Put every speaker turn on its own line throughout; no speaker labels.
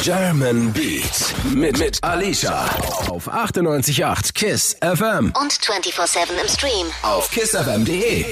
German Beats mit, mit Alicia auf 98.8 KISS FM
Und 24-7 im Stream.
auf kissfm.de.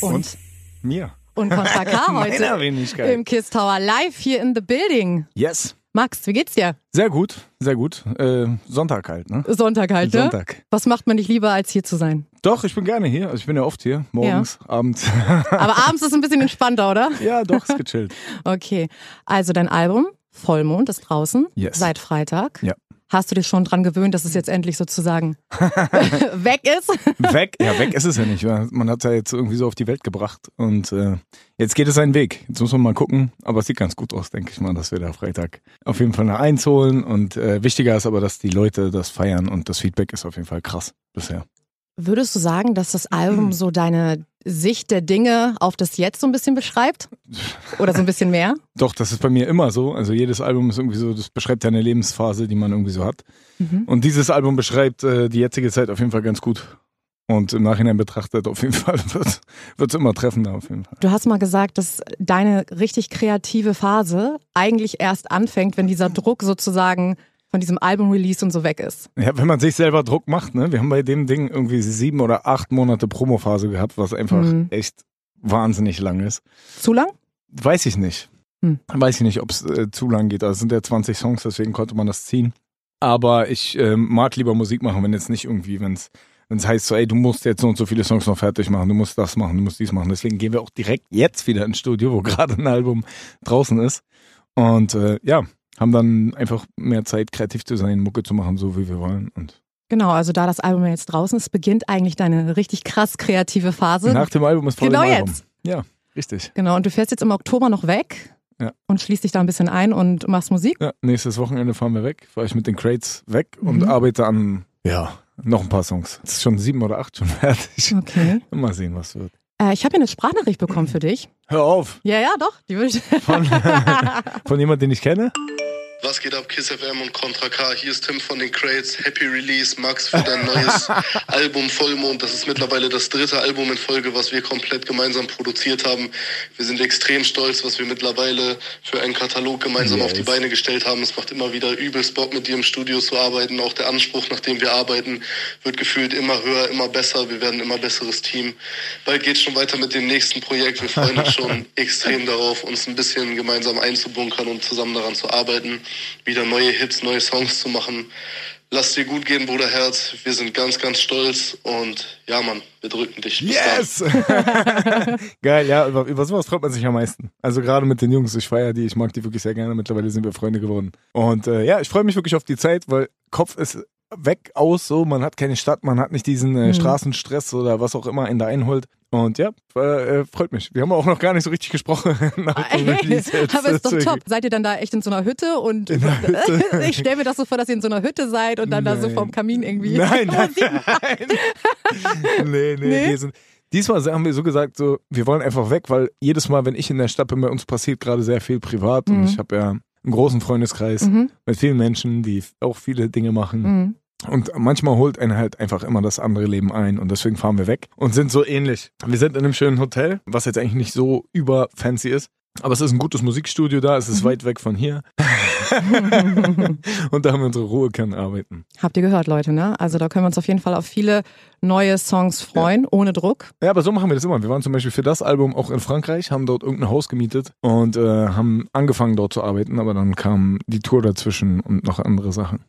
Und,
Mir.
und Costa K
Meiner
heute Ähm,
Wenigkeit.
im Kiss Tower live hier in the building.
Yes.
Max, wie geht's dir?
Sehr gut, sehr gut. Äh, Sonntag halt, ne?
Sonntag halt, ne?
Sonntag.
Was macht man nicht lieber, als hier zu sein?
Doch, ich bin gerne hier. Also ich bin ja oft hier. Morgens, abends.
Aber abends ist ein bisschen entspannter, oder?
ja, doch, ist gechillt.
Okay. Also dein Album Vollmond ist draußen
Yes.
seit Freitag.
Ja.
Hast du dich schon dran gewöhnt, dass es jetzt endlich sozusagen weg ist?
Weg? Ja, weg ist es ja nicht. weil Man hat es ja jetzt irgendwie so auf die Welt gebracht. Und äh, jetzt geht es seinen Weg. Jetzt muss man mal gucken. Aber es sieht ganz gut aus, denke ich mal, dass wir da Freitag auf jeden Fall eine Eins holen. Und äh, wichtiger ist aber, dass die Leute das feiern. Und das Feedback ist auf jeden Fall krass bisher.
Würdest du sagen, dass das Album so deine Sicht der Dinge auf das Jetzt so ein bisschen beschreibt? Oder so ein bisschen mehr?
Doch, das ist bei mir immer so. Also jedes Album ist irgendwie so, das beschreibt ja eine Lebensphase, die man irgendwie so hat. Und dieses Album beschreibt äh, die jetzige Zeit auf jeden Fall ganz gut. Und im Nachhinein betrachtet auf jeden Fall wird es immer treffender auf jeden Fall.
Du hast mal gesagt, dass deine richtig kreative Phase eigentlich erst anfängt, wenn dieser Druck sozusagen von diesem Album-Release und so weg ist.
Ja, wenn man sich selber Druck macht, ne? Wir haben bei dem Ding irgendwie sieben oder acht Monate Promophase gehabt, was einfach
Mhm.
echt wahnsinnig lang ist.
Zu lang?
Weiß ich nicht.
Hm.
Weiß ich nicht, ob es äh, zu lang geht. Also es sind ja 20 Songs, deswegen konnte man das ziehen. Aber ich ähm, mag lieber Musik machen, wenn jetzt nicht irgendwie, wenn es heißt so, ey, du musst jetzt so und so viele Songs noch fertig machen, du musst das machen, du musst dies machen. Deswegen gehen wir auch direkt jetzt wieder ins Studio, wo gerade ein Album draußen ist. Und äh, ja, haben dann einfach mehr Zeit, kreativ zu sein, Mucke zu machen, so wie wir wollen. Und
Genau, also da das Album ja jetzt draußen ist, beginnt eigentlich deine richtig krass kreative Phase.
Nach dem Album ist vor
Genau
dem Album.
jetzt.
Ja, richtig.
Genau, und du fährst jetzt im Oktober noch weg
Ja.
und schließt dich da ein bisschen ein und machst Musik.
Ja, nächstes Wochenende fahren wir weg, fahre ich mit den Crates weg und arbeite an, ja, noch ein paar Songs. Es ist schon sieben oder acht schon fertig.
Okay.
Mal sehen, was wird.
Äh, ich habe hier eine Sprachnachricht bekommen für dich.
Hör auf!
Ja, ja, doch. Die würde ich.
Von, von jemandem, den ich kenne?
Was geht ab, Kiss FM und Contra K? Hier ist Tim von den Crates. Happy Release, Max, für dein neues Album Vollmond. Das ist mittlerweile das dritte Album in Folge, was wir komplett gemeinsam produziert haben. Wir sind extrem stolz, was wir mittlerweile für einen Katalog gemeinsam auf die Beine gestellt haben. Es macht immer wieder übelst Bock, mit dir im Studio zu arbeiten. Auch der Anspruch, nach dem wir arbeiten, wird gefühlt immer höher, immer besser. Wir werden immer besseres Team. Bald geht's schon weiter mit dem nächsten Projekt. Wir freuen uns schon extrem darauf, uns ein bisschen gemeinsam einzubunkern und zusammen daran zu arbeiten, wieder neue Hits, neue Songs zu machen. Lass dir gut gehen, Bruder Herz. Wir sind ganz, ganz stolz und ja, Mann, wir drücken dich. Bis dann.
Yes! Geil, ja, über, über sowas freut man sich am meisten. Also gerade mit den Jungs, ich feiere die, ich mag die wirklich sehr gerne. Mittlerweile sind wir Freunde geworden. Und äh, ja, ich freue mich wirklich auf die Zeit, weil Kopf ist weg, aus, so, man hat keine Stadt, man hat nicht diesen
Mhm.
äh, Straßenstress oder was auch immer in da einholt. Und ja, äh, äh, freut mich. Wir haben auch noch gar nicht so richtig gesprochen. nach dem Release jetzt.
Aber ist doch
Deswegen-
top. Seid ihr dann da echt in so einer Hütte und
In der Hütte.
ich stelle mir das so vor, dass ihr in so einer Hütte seid und dann da so
Nein.
vorm Kamin irgendwie. Oh,
Nein, nein, nein. nee, nee,
Nee?
Wir sind, diesmal haben wir so gesagt, so, wir wollen einfach weg, weil jedes Mal, wenn ich in der Stadt bin, bei uns passiert gerade sehr viel privat und ich habe ja einen großen Freundeskreis
Mhm.
mit vielen Menschen, die f- auch viele Dinge machen.
Mhm.
Und manchmal holt einen halt einfach immer das andere Leben ein und deswegen fahren wir weg und sind so ähnlich. Wir sind in einem schönen Hotel, was jetzt eigentlich nicht so über fancy ist. Aber es ist ein gutes Musikstudio da, es ist
Mhm.
weit weg von hier. und da haben wir unsere Ruhe, können arbeiten.
Habt ihr gehört, Leute, ne? Also da können wir uns auf jeden Fall auf viele neue Songs freuen, ohne Druck.
Ja, aber so machen wir das immer. Wir waren zum Beispiel für das Album auch in Frankreich, haben dort irgendein Haus gemietet und äh, haben angefangen dort zu arbeiten, aber dann kam die Tour dazwischen und noch andere Sachen.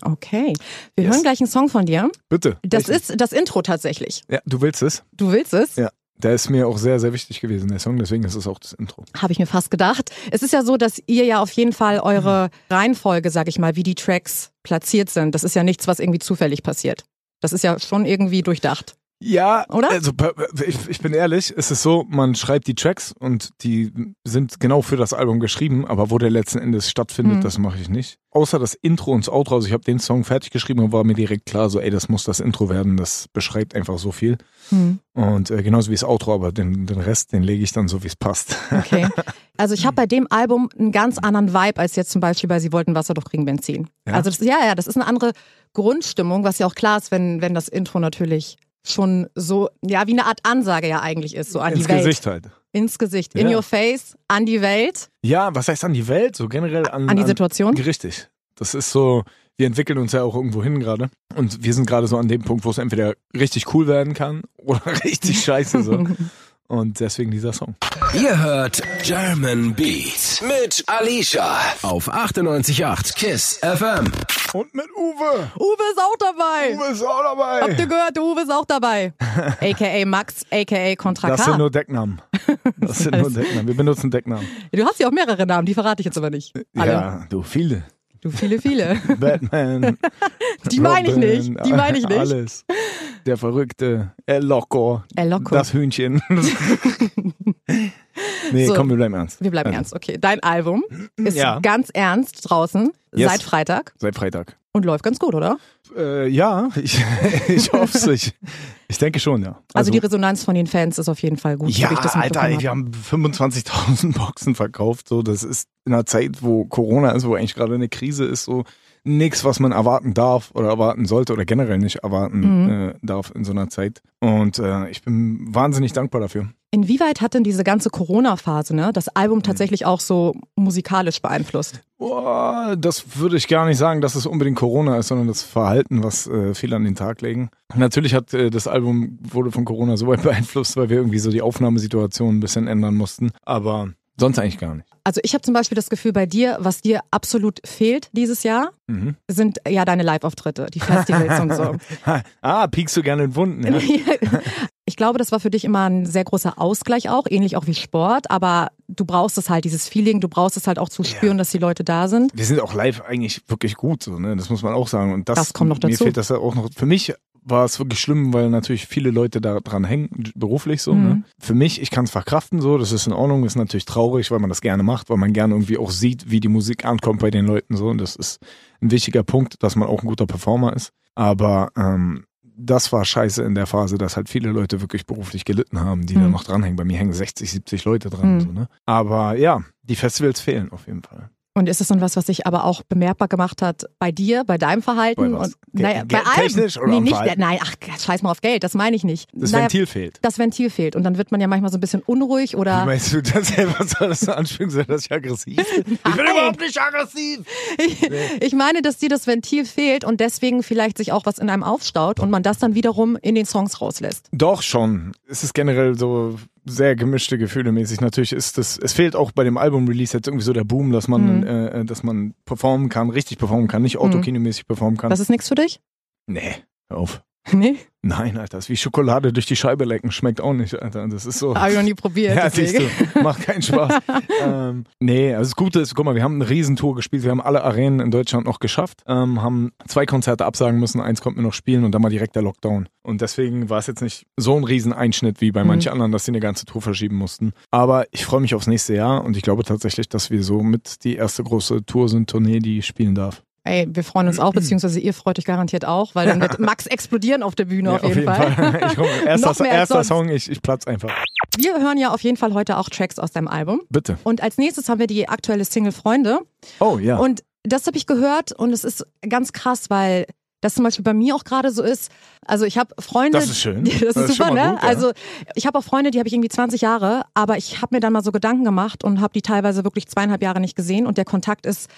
Okay. Wir
Yes.
hören gleich einen Song von dir.
Bitte.
Das
Welchen?
ist das Intro tatsächlich.
Ja, du willst es.
Du willst es?
Ja. Der ist mir auch sehr, sehr wichtig gewesen, der Song, deswegen ist es auch das Intro.
Habe ich mir fast gedacht. Es ist ja so, dass ihr ja auf jeden Fall eure
Hm.
Reihenfolge, sag ich mal, wie die Tracks platziert sind. Das ist ja nichts, was irgendwie zufällig passiert. Das ist ja schon irgendwie durchdacht.
Ja,
Oder?
Also, per- per- ich, ich bin ehrlich, es ist so, man schreibt die Tracks und die sind genau für das Album geschrieben, aber wo der letzten Endes stattfindet,
Mhm.
das mache ich nicht. Außer das Intro und das Outro, also ich habe den Song fertig geschrieben und war mir direkt klar, so, ey, das muss das Intro werden, das beschreibt einfach so viel.
Hm.
Und äh, genauso wie das Outro, aber den, den Rest, den lege ich dann so, wie es passt.
Okay. Also ich habe bei dem Album einen ganz anderen Vibe als jetzt zum Beispiel bei Sie wollten Wasser doch kriegen Benzin.
Ja?
Also das, ja, ja, das ist eine andere Grundstimmung, was ja auch klar ist, wenn, wenn das Intro natürlich schon so, ja, wie eine Art Ansage ja eigentlich ist, so an
Ins
die Welt.
Gesicht halt.
Ins Gesicht, in
Ja.
your face, an die Welt,
Ja, was heißt an die Welt? So generell an,
an die Situation.
Richtig. Das ist so, wir entwickeln uns ja auch irgendwo hin gerade. Und wir sind gerade so an dem Punkt, wo es entweder richtig cool werden kann oder richtig scheiße. So. Und deswegen dieser Song.
Ihr hört German Beat mit Alicia auf 98.8 KISS FM.
Und mit Uwe.
Uwe ist auch dabei.
Uwe ist auch dabei.
Habt ihr gehört, der Uwe ist auch dabei. AKA Max, AKA Contra
das sind
K.
nur Decknamen. Das sind nur Decknamen. Wir benutzen Decknamen.
Du hast ja auch mehrere Namen, die verrate ich jetzt aber nicht. Alle.
Ja, du, viele.
Du viele, viele.
Batman.
Die meine ich
Robin,
nicht. Die meine ich nicht.
Alles. Der Verrückte. El Loco.
El Loco.
Das Hühnchen. nee,
So.
komm, wir bleiben ernst.
Wir bleiben
Also,
ernst, okay. Dein Album ist
Ja.
ganz ernst draußen
Yes.
seit Freitag
Seit Freitag.
und läuft ganz gut, oder?
Äh, ja, ich, ich hoffe es. Ich, ich denke schon, ja.
Also, die Resonanz von den Fans ist auf jeden Fall gut. so
ja,
wie ich das
Alter,
mitbekommen
ey, wir
habe.
haben 25.000 Boxen verkauft. So, das ist in einer Zeit, wo Corona ist, wo eigentlich gerade eine Krise ist, so nichts, was man erwarten darf oder erwarten sollte oder generell nicht erwarten
Mhm.
äh, darf in so einer Zeit. Und äh, ich bin wahnsinnig dankbar dafür.
Inwieweit hat denn diese ganze Corona-Phase ne, das
Mhm.
Album tatsächlich auch so musikalisch beeinflusst?
Boah, das würde ich gar nicht sagen, dass es unbedingt Corona ist, sondern das Verhalten, was äh, viele an den Tag legen. Natürlich hat äh, das Album wurde von Corona so weit beeinflusst, weil wir irgendwie so die Aufnahmesituation ein bisschen ändern mussten. Aber sonst eigentlich gar nicht.
Also ich habe zum Beispiel das Gefühl bei dir, was dir absolut fehlt dieses Jahr,
Mhm.
sind ja deine Live-Auftritte, die Festivals und so.
Ah, piekst du gerne in Wunden. Ja?
Ich glaube, das war für dich immer ein sehr großer Ausgleich auch, ähnlich auch wie Sport, aber du brauchst es halt, dieses Feeling, du brauchst es halt auch zu spüren, dass die Leute da sind.
Wir sind auch live eigentlich wirklich gut, so, ne? Das muss man auch sagen. Und das,
Das kommt noch
Mir
dazu.
fehlt das ja auch noch. Für mich war es wirklich schlimm, weil natürlich viele Leute da dran hängen, beruflich so. Ne?
Mhm.
Für mich, ich kann es verkraften so, das ist in Ordnung, ist natürlich traurig, weil man das gerne macht, weil man gerne irgendwie auch sieht, wie die Musik ankommt bei den Leuten so. Und das ist ein wichtiger Punkt, dass man auch ein guter Performer ist. Aber ähm, das war scheiße in der Phase, dass halt viele Leute wirklich beruflich gelitten haben, die da
Mhm.
noch dranhängen. Bei mir hängen 60, 70 Leute dran.
Mhm.
So, ne? Aber ja, die Festivals fehlen auf jeden Fall.
Und ist es dann was, was sich aber auch bemerkbar gemacht hat bei dir, bei deinem Verhalten?
Bei was?
Und,
Ge-
naja, bei
ge-
allem.
technisch oder
nee,
am
nicht,
Verhalten?
nein, ach, scheiß mal auf Geld, das meine ich nicht.
Das
Naja,
Ventil fehlt.
das Ventil fehlt. Und dann wird man ja manchmal so ein bisschen unruhig
Wie
oder.
meinst du das selber soll das so anspringen, soll dass ich aggressiv bin? Ich bin überhaupt nicht aggressiv.
Ich meine, dass dir das Ventil fehlt und deswegen vielleicht sich auch was in einem aufstaut und man das dann wiederum in den Songs rauslässt.
Doch schon. Es ist generell so sehr gemischte Gefühle mäßig. Natürlich ist das, es fehlt auch bei dem Album-Release jetzt irgendwie so der Boom, dass
Mhm.
man, äh, dass man performen kann, richtig performen kann, nicht autokinemäßig performen kann.
Das ist nichts für dich?
nee, hör auf.
Nee?
Nein, Alter, das ist wie Schokolade durch die Scheibe lecken. Schmeckt auch nicht, Alter. Das ist so.
Habe ich noch nie probiert.
Oh. Ja, siehst
deswegen.
du, macht keinen Spaß. ähm, nee, also das Gute ist, guck mal, wir haben eine Riesentour gespielt, wir haben alle Arenen in Deutschland noch geschafft, ähm, haben zwei Konzerte absagen müssen, eins konnten wir noch spielen und dann mal direkt der Lockdown. Und deswegen war es jetzt nicht so ein Rieseneinschnitt wie bei
Mhm.
manchen anderen, dass sie eine ganze Tour verschieben mussten. Aber ich freue mich aufs nächste Jahr und ich glaube tatsächlich, dass wir so mit die erste große Tour sind, Tournee, die ich spielen darf.
Ey, wir freuen uns auch,
Mhm.
beziehungsweise ihr freut euch garantiert auch, weil dann wird Max explodieren auf der Bühne auf, jeden Fall.
ich komm, erster,
Noch mehr als
erster
sonst.
Song, ich, ich platz einfach.
Wir hören ja auf jeden Fall heute auch Tracks aus deinem Album.
Bitte.
Und als nächstes haben wir die aktuelle Single Freunde.
Oh ja.
Und das habe ich gehört und es ist ganz krass, weil das zum Beispiel bei mir auch gerade so ist. Also ich habe Freunde.
Das ist schön.
Das ist,
Das ist
super,
schon mal
ne?
gut, ja.
Also ich habe auch Freunde, die habe ich irgendwie 20 Jahre, aber ich habe mir dann mal so Gedanken gemacht und habe die teilweise wirklich zweieinhalb Jahre nicht gesehen und der Kontakt ist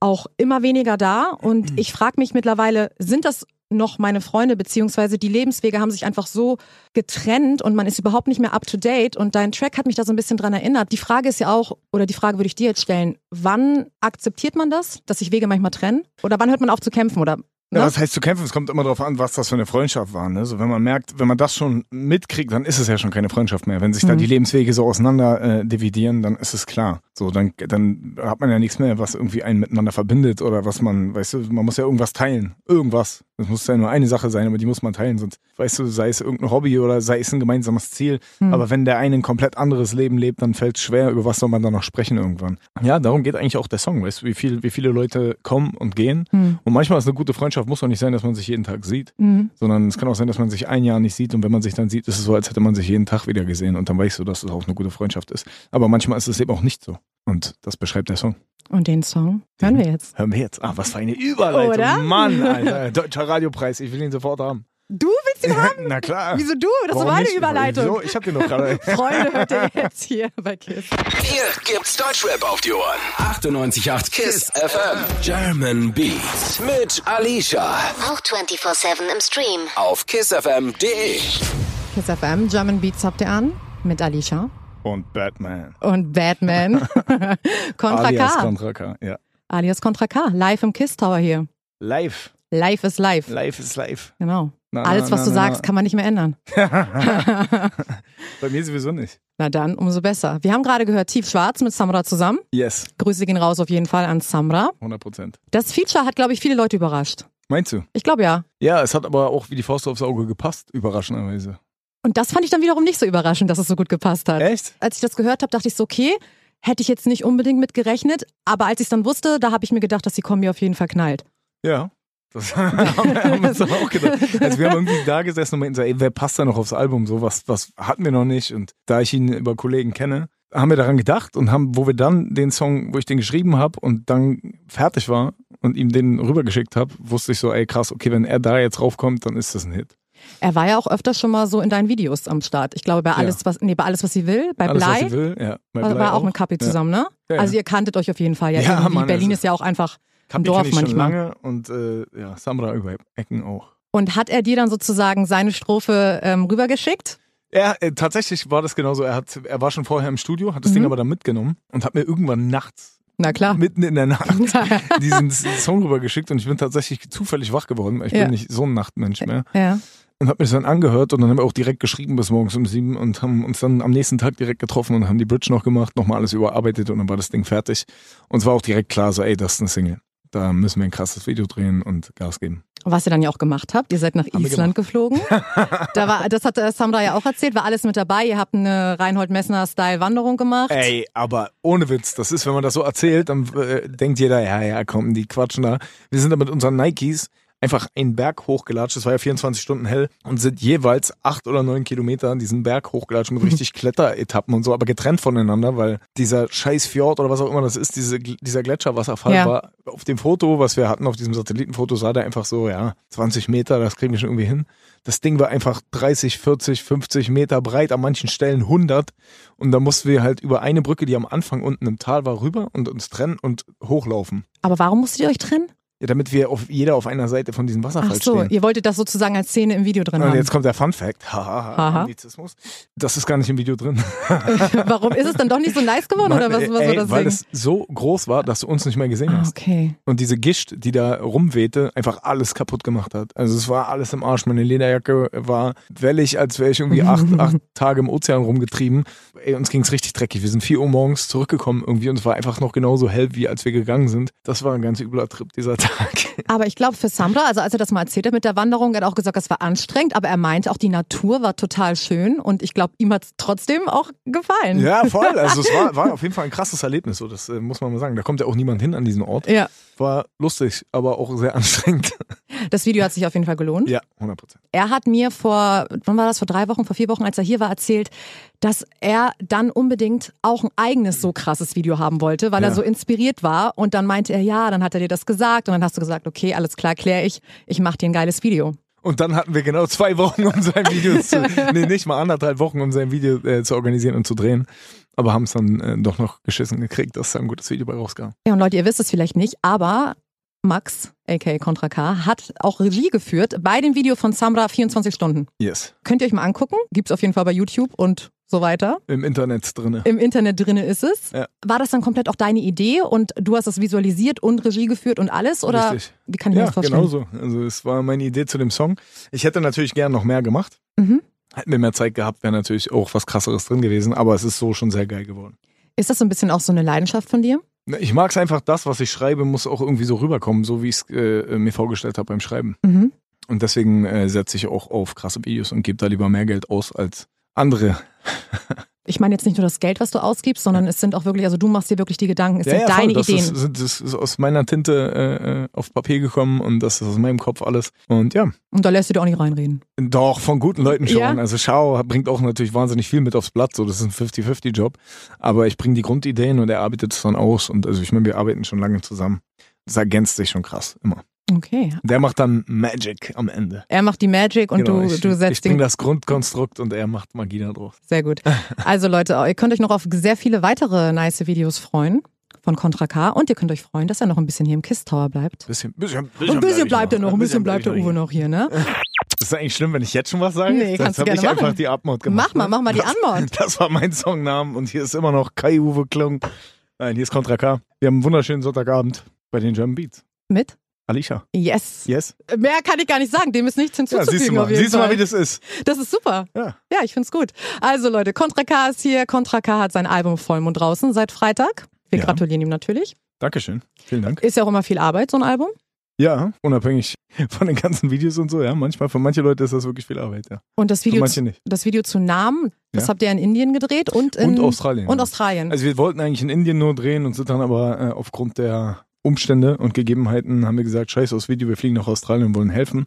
auch immer weniger da.
Mhm.
Und ich frage mich mittlerweile, sind das noch meine Freunde, beziehungsweise die Lebenswege haben sich einfach so getrennt und man ist überhaupt nicht mehr up to date. Und dein Track hat mich da so ein bisschen dran erinnert. Die Frage ist ja auch, oder die Frage würde ich dir jetzt stellen, wann akzeptiert man das, dass sich Wege manchmal trennen? Oder wann hört man auf zu kämpfen? Oder
Ja,
Ne?
was heißt zu kämpfen? Es kommt immer darauf an, was das für eine Freundschaft war. Ne? So, wenn man merkt, wenn man das schon mitkriegt, dann ist es ja schon keine Freundschaft mehr. Wenn sich da die Lebenswege so auseinander äh, dividieren, dann ist es klar. So, dann, dann hat man ja nichts mehr, was irgendwie einen miteinander verbindet oder was man, weißt du, man muss ja irgendwas teilen. Irgendwas. Das muss ja nur eine Sache sein, aber die muss man teilen. Sonst, weißt du, sei es irgendein Hobby oder sei es ein gemeinsames Ziel.
Mhm.
Aber wenn der eine ein komplett anderes Leben lebt, dann fällt es schwer, über was soll man dann noch sprechen irgendwann. Ja, darum geht eigentlich auch der Song, weißt du, wie, viel, wie viele Leute kommen und gehen.
Mhm.
Und manchmal ist eine gute Freundschaft, muss doch nicht sein, dass man sich jeden Tag sieht, sondern es kann auch sein, dass man sich ein Jahr nicht sieht und wenn man sich dann sieht, ist es so, als hätte man sich jeden Tag wieder gesehen und dann weißt du, dass es auch eine gute Freundschaft ist. Aber manchmal ist es eben auch nicht so. Und das beschreibt der Song.
Und den Song hören wir jetzt.
Hören wir jetzt. Ah, was für eine Überleitung.
Oder?
Mann, Alter. Deutscher Radiopreis, ich will ihn sofort haben.
Du willst ihn haben?
Na klar.
Wieso du? Das
Warum
war eine
nicht?
Überleitung.
Wieso? Ich hab den doch gerade.
Freunde hört ihr jetzt hier bei Kiss.
Hier gibt's Deutschrap auf die Ohren. 98.8 KISS FM. German Beats mit Alicia.
Auch 24-7 im Stream.
Auf kissfm.de.
Kiss FM, German Beats habt ihr an mit Alicia
Und Batman.
und Batman. Contra
Alias
K.
Contra K. Ja.
Alias Contra K. Live im Kiss Tower hier.
Live.
Live ist live.
Live ist live.
Genau.
Na, na,
Alles, was
na,
du
na,
sagst,
na.
kann man nicht mehr ändern.
Bei mir sowieso nicht.
Na dann, umso besser. Wir haben gerade gehört, Tief Schwarz mit Samra zusammen.
Yes.
Grüße gehen raus auf jeden Fall an Samra.
100 Prozent.
Das Feature hat, glaube ich, viele Leute überrascht.
Meinst du?
Ich glaube ja.
Ja, es hat aber auch wie die Faust aufs Auge gepasst, überraschenderweise.
Und das fand ich dann wiederum nicht so überraschend, dass es so gut gepasst hat.
Echt?
Als ich das gehört habe, dachte ich so, okay, hätte ich jetzt nicht unbedingt mit gerechnet. Aber als ich es dann wusste, da habe ich mir gedacht, dass die Kombi auf jeden Fall knallt.
Ja. Das haben wir, haben wir uns aber auch gedacht. Also wir haben irgendwie da gesessen und meinten so, ey, wer passt da noch aufs Album? So was, was hatten wir noch nicht? Und da ich ihn über Kollegen kenne, haben wir daran gedacht und haben, wo wir dann den Song, wo ich den geschrieben habe und dann fertig war und ihm den rübergeschickt habe, wusste ich so, ey krass, okay, wenn er da jetzt raufkommt, dann ist das ein Hit.
Er war ja auch öfters schon mal so in deinen Videos am Start. Ich glaube, bei alles, was, nee, bei alles, was sie will, bei
Alles, was
Blei,
sie will, ja. Bei
war-
Blei
war auch mit Kapi
Kappi
zusammen, ne?
Ja, ja.
Also ihr kanntet euch auf jeden Fall. Ja,
Ja,
irgendwie.
Mann,
Berlin
also-
ist ja auch einfach ein
Kapi
Dorf
kenne ich schon
manchmal.
lange und äh, ja, Samra über Ecken auch.
Und hat er dir dann sozusagen seine Strophe ähm, rübergeschickt?
Er, äh, tatsächlich war das genauso. Er, hat, er war schon vorher im Studio, hat das
Mhm.
Ding aber dann mitgenommen und hat mir irgendwann nachts,
Na klar.
mitten in der Nacht, diesen Song rübergeschickt und ich bin tatsächlich zufällig wach geworden, weil ich
Ja.
bin nicht so ein Nachtmensch mehr.
ja.
Und habe mir das dann angehört und dann haben wir auch direkt geschrieben bis morgens um sieben und haben uns dann am nächsten Tag direkt getroffen und haben die Bridge noch gemacht, nochmal alles überarbeitet und dann war das Ding fertig. Und es war auch direkt klar, so, ey, das ist eine Single. Da müssen wir ein krasses Video drehen und Gas geben.
Was ihr dann ja auch gemacht habt, ihr seid nach
Haben wir
Island geflogen. Da war, das hat äh, Samra ja auch erzählt, war alles mit dabei. Ihr habt eine Reinhold Messner-Style-Wanderung gemacht.
Ey, aber ohne Witz, das ist, wenn man das so erzählt, dann äh, denkt jeder, ja, ja, komm, die quatschen da. Wir sind da mit unseren Nikes einfach einen Berg hochgelatscht, es war ja 24 Stunden hell und sind jeweils acht oder neun Kilometer diesen Berg hochgelatscht mit richtig Kletteretappen und so, aber getrennt voneinander, weil dieser scheiß Fjord oder was auch immer das ist, diese, dieser Gletscherwasserfall
Ja.
Halt war auf dem Foto, was wir hatten, auf diesem Satellitenfoto, sah der einfach so, ja, 20 Meter, das kriegen wir schon irgendwie hin. Das Ding war einfach 30, 40, 50 Meter breit, an manchen Stellen 100. Und da mussten wir halt über eine Brücke, die am Anfang unten im Tal war, rüber und uns trennen und hochlaufen.
Aber warum musstet ihr euch trennen?
Ja, damit wir auf, jeder auf einer Seite von diesem
Ach
Wasserfall
so,
halt
genau.
stehen.
ihr wolltet das sozusagen als Szene im Video drin
Und
haben.
jetzt kommt der Fun Fact. Haha,
Aha.
Anglizismus. Das ist gar nicht im Video drin.
warum ist es dann doch nicht so nice geworden oder was, was
Mann,
war
ey,
das
weil
Ding?
es so groß war, dass du uns nicht mehr gesehen
Ah,
hast.
okay.
Und diese Gischt, die da rumwehte, einfach alles kaputt gemacht hat. Also es war alles im Arsch. Meine Lederjacke war wellig, als wäre ich irgendwie acht, acht Tage im Ozean rumgetrieben. Ey, uns ging's richtig dreckig. Wir sind 4 Uhr morgens zurückgekommen irgendwie und es war einfach noch genauso hell, wie als wir gegangen sind. Das war ein ganz übler Trip dieser Tag.
Aber ich glaube, für Samra, also als er das mal erzählt hat mit der Wanderung, er hat auch gesagt, es war anstrengend, aber er meinte auch, die Natur war total schön und ich glaube, ihm hat es trotzdem auch gefallen.
Ja, voll. Also es war, war auf jeden Fall ein krasses Erlebnis. So, das äh, muss man mal sagen. Da kommt ja auch niemand hin an diesen Ort.
ja.
War lustig, aber auch sehr anstrengend.
Das Video hat sich auf jeden Fall gelohnt.
Ja, 100 Prozent.
Er hat mir vor, wann war das, vor drei Wochen, vor vier Wochen, als er hier war, erzählt, dass er dann unbedingt auch ein eigenes so krasses Video haben wollte, weil er
Ja.
so inspiriert war. Und dann meinte er, ja, dann hat er dir das gesagt. Und dann hast du gesagt, okay, alles klar, klär ich, ich mach dir ein geiles Video.
Und dann hatten wir genau zwei Wochen, um sein Video zu, nee, nicht mal anderthalb Wochen, um sein Video äh, zu organisieren und zu drehen. Aber haben es dann äh, doch noch geschissen gekriegt, dass da ein gutes Video bei rauskam.
Ja, und Leute, ihr wisst es vielleicht nicht, aber Max, aka Contra K, hat auch Regie geführt bei dem Video von Samra 24 Stunden.
Yes.
Könnt ihr euch mal angucken, gibt's auf jeden Fall bei YouTube und so weiter.
Im Internet drinne.
Im Internet drinne ist es.
Ja.
War das dann komplett auch deine Idee und du hast das visualisiert und Regie geführt und alles? Oder
Richtig.
wie kann ich mir das
ja,
vorstellen?
genau so. Also es war meine Idee zu dem Song. Ich hätte natürlich gern noch mehr gemacht.
Mhm.
Hätten wir mehr Zeit gehabt, wäre natürlich auch was krasseres drin gewesen, aber es ist so schon sehr geil geworden.
Ist das so ein bisschen auch so eine Leidenschaft von dir?
Na, Ich mag es einfach, das, was ich schreibe, muss auch irgendwie so rüberkommen, so wie ich es äh, mir vorgestellt habe beim Schreiben.
Mhm.
Und deswegen äh, setze ich auch auf krasse Videos und gebe da lieber mehr Geld aus als andere.
Ich meine jetzt nicht nur das Geld, was du ausgibst, sondern es sind auch wirklich, also du machst dir wirklich die Gedanken, es sind
voll,
deine
das
Ideen.
Ist, sind- das ist aus meiner Tinte äh, auf Papier gekommen und das ist aus meinem Kopf alles. Und ja,
und da lässt du dir auch nicht reinreden.
doch, von guten Leuten schon.
Ja.
Also Schau bringt auch natürlich wahnsinnig viel mit aufs Blatt. So, das ist ein 50-50-Job. Aber ich bringe die Grundideen und er arbeitet es dann aus. Und also ich meine, wir arbeiten schon lange zusammen. Das ergänzt sich schon krass immer.
Okay.
Der macht dann Magic am Ende.
Er macht die Magic und
Genau,
du,
ich,
du
Ich
setzt
bin
den.
das Grundkonstrukt und er macht Magie da drauf.
Sehr gut. Also Leute, ihr könnt euch noch auf sehr viele weitere nice Videos freuen von Contra K und ihr könnt euch freuen, dass er noch ein bisschen hier im Kiss Tower bleibt.
Bisschen, bisschen,
Ein bisschen bleibt er noch, ein bisschen bleibt der
ich
Uwe noch hier, ne?
Ist das eigentlich schlimm, wenn ich jetzt schon was sage?
Nee,
das
kannst du
hab
gerne
ich
machen.
einfach die Abmord gemacht.
Mach mal,
ne?
mach mal die
Das-
Anmod.
Das war mein Songnamen und hier ist immer noch Kai-Uwe Klung. Nein, hier ist Contra K. Wir haben einen wunderschönen Sonntagabend bei den German Beats.
Mit?
Alicia.
Yes.
Yes?
Mehr kann ich gar nicht sagen, dem ist nichts
Ja,
hinzuzufügen.
siehst du mal,
auf jeden
siehst du mal,
Fall.
wie das ist.
Das ist super.
Ja.
Ja, ich find's gut. Also Leute, Contra K ist hier. Contra K hat sein Album Vollmond draußen seit Freitag. Wir
Ja.
gratulieren ihm natürlich.
Dankeschön. Vielen Dank.
Ist ja auch immer viel Arbeit, so ein Album.
Ja, unabhängig von den ganzen Videos und so, ja. Manchmal, für manche Leute ist das wirklich viel Arbeit, ja.
Und das
Für
Video,
manche nicht.
das Video zu Namen, das
Ja.
habt ihr in Indien gedreht und in
und Australien.
Und
ja.
Australien.
Also wir wollten eigentlich in Indien nur drehen und sind dann aber äh, aufgrund der Umstände und Gegebenheiten haben wir gesagt, scheiß aufs Video, wir fliegen nach Australien und wollen helfen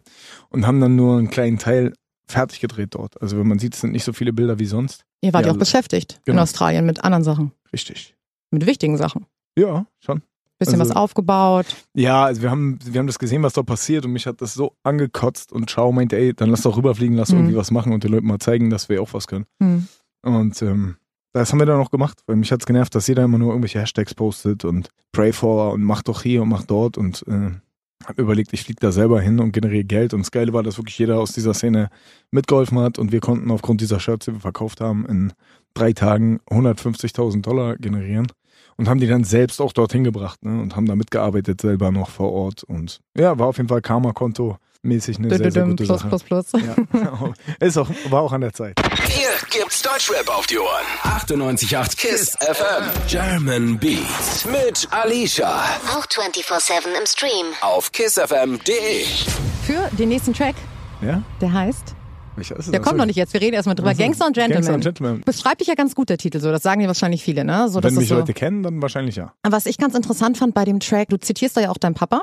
und haben dann nur einen kleinen Teil fertig gedreht dort. Also wenn man sieht, es sind nicht so viele Bilder wie sonst.
Ihr wart ja,
Ja,
auch beschäftigt in
genau.
Australien mit anderen Sachen,
Richtig.
mit wichtigen Sachen.
Ja, schon.
Bisschen
Also-
was aufgebaut.
Ja, also wir haben, wir haben das gesehen, was dort passiert und mich hat das so angekotzt und Schau meinte, ey, dann lass doch rüberfliegen, lass
Mhm.
irgendwie was machen und den Leuten mal zeigen, dass wir auch was können.
Hm.
Und ähm, das haben wir dann auch gemacht, weil mich hat's genervt, dass jeder immer nur irgendwelche Hashtags postet und pray for und mach doch hier und mach dort und äh, hab überlegt, ich flieg da selber hin und generiere Geld. Und das Geile war, dass wirklich jeder aus dieser Szene mitgeholfen hat und wir konnten aufgrund dieser Shirts, die wir verkauft haben, in drei Tagen 150.000 Dollar generieren und haben die dann selbst auch dorthin gebracht ne? und haben da mitgearbeitet selber noch vor Ort. Und ja, war auf jeden Fall Karma-Konto mäßig eine sehr, sehr
Dü-dü-düm,
gute
Plus,
Sache.
plus, plus.
Ja, ist auch, war auch an der Zeit.
Hier gibt's Deutschrap auf die Ohren. 98.8 KISS FM. German Beats. Mit Alicia.
Auch 24-7 im Stream.
Auf kissfm.de.
Für den nächsten Track,
Ja?
der heißt,
Welcher ist
der
das?
kommt noch nicht jetzt, wir reden erstmal drüber.
Also,
Gangster und Gentleman.
Gangster und Gentleman.
Beschreibt dich ja ganz gut, der Titel, so. Das sagen dir wahrscheinlich viele, ne? So, das
Wenn
ist
mich
so.
Leute kennen, dann wahrscheinlich ja.
Was ich ganz interessant fand bei dem Track, du zitierst da ja auch deinen Papa.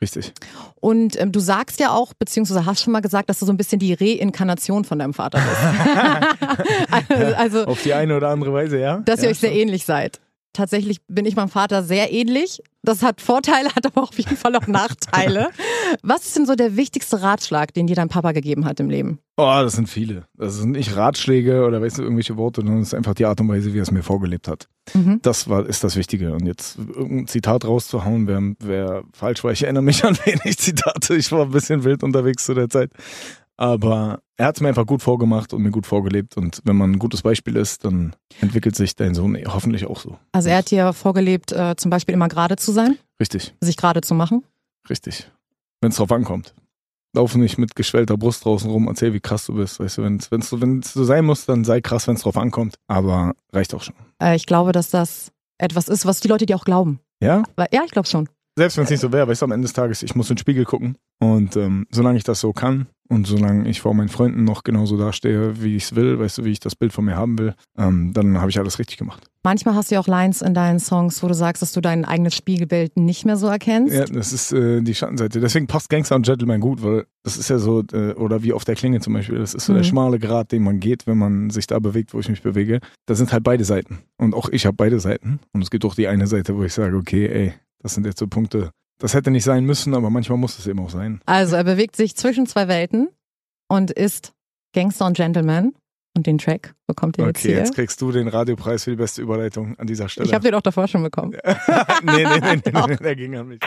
Richtig.
Und ähm, du sagst ja auch, beziehungsweise hast schon mal gesagt, dass du so ein bisschen die Reinkarnation von deinem Vater bist. also, also
Auf die eine oder andere Weise, ja.
dass
ja,
ihr euch sehr
schon.
ähnlich seid. Tatsächlich bin ich meinem Vater sehr ähnlich. Das hat Vorteile, hat aber auf jeden Fall auch Nachteile. Was ist denn so der wichtigste Ratschlag, den dir dein Papa gegeben hat im Leben?
Oh, das sind viele. Das sind nicht Ratschläge oder weißt du, irgendwelche Worte, sondern es ist einfach die Art und Weise, wie er es mir vorgelebt hat.
Mhm.
Das war, ist das Wichtige. Und jetzt irgendein Zitat rauszuhauen, wäre wär falsch, weil ich erinnere mich an wenig Zitate. Ich war ein bisschen wild unterwegs zu der Zeit. Aber er hat es mir einfach gut vorgemacht und mir gut vorgelebt. Und wenn man ein gutes Beispiel ist, dann entwickelt sich dein Sohn eh hoffentlich auch so.
Also er hat dir vorgelebt, äh, zum Beispiel immer gerade zu sein,
Richtig.
sich gerade zu machen.
Richtig. Wenn es drauf ankommt. Lauf nicht mit geschwellter Brust draußen rum, erzähl, wie krass du bist. Weißt du, wenn es wenn's, so- wenn's so sein muss, dann sei krass, wenn es drauf ankommt. Aber reicht auch schon.
Äh, ich glaube, dass das etwas ist, was die Leute dir auch glauben.
Ja?
Weil, ja, ich glaube schon.
Selbst wenn es nicht so wäre, weißt du, am Ende des Tages, ich muss in den Spiegel gucken. Und ähm, solange ich das so kann und solange ich vor meinen Freunden noch genauso dastehe, wie ich es will, weißt du, wie ich das Bild von mir haben will, ähm, dann habe ich alles richtig gemacht.
Manchmal hast du ja auch Lines in deinen Songs, wo du sagst, dass du dein eigenes Spiegelbild nicht mehr so erkennst.
Ja, das ist äh, die Schattenseite. Deswegen passt Gangster und Gentleman gut, weil das ist ja so, äh, oder wie auf der Klinge zum Beispiel, das ist so der
Mhm.
schmale Grat, den man geht, wenn man sich da bewegt, wo ich mich bewege. Da sind halt beide Seiten. Und auch ich habe beide Seiten. Und es gibt auch die eine Seite, wo ich sage, okay, ey, das sind jetzt so Punkte. Das hätte nicht sein müssen, aber manchmal muss es eben auch sein.
Also er bewegt sich zwischen zwei Welten und ist Gangster und Gentleman. Und den Track bekommt ihr jetzt
Okay,
hier.
jetzt kriegst du den Radiopreis für die beste Überleitung an dieser Stelle.
Ich habe den Genau. auch davor schon bekommen.
nee, nee, nee, nee,
Doch.
nee, nee, der ging an mich.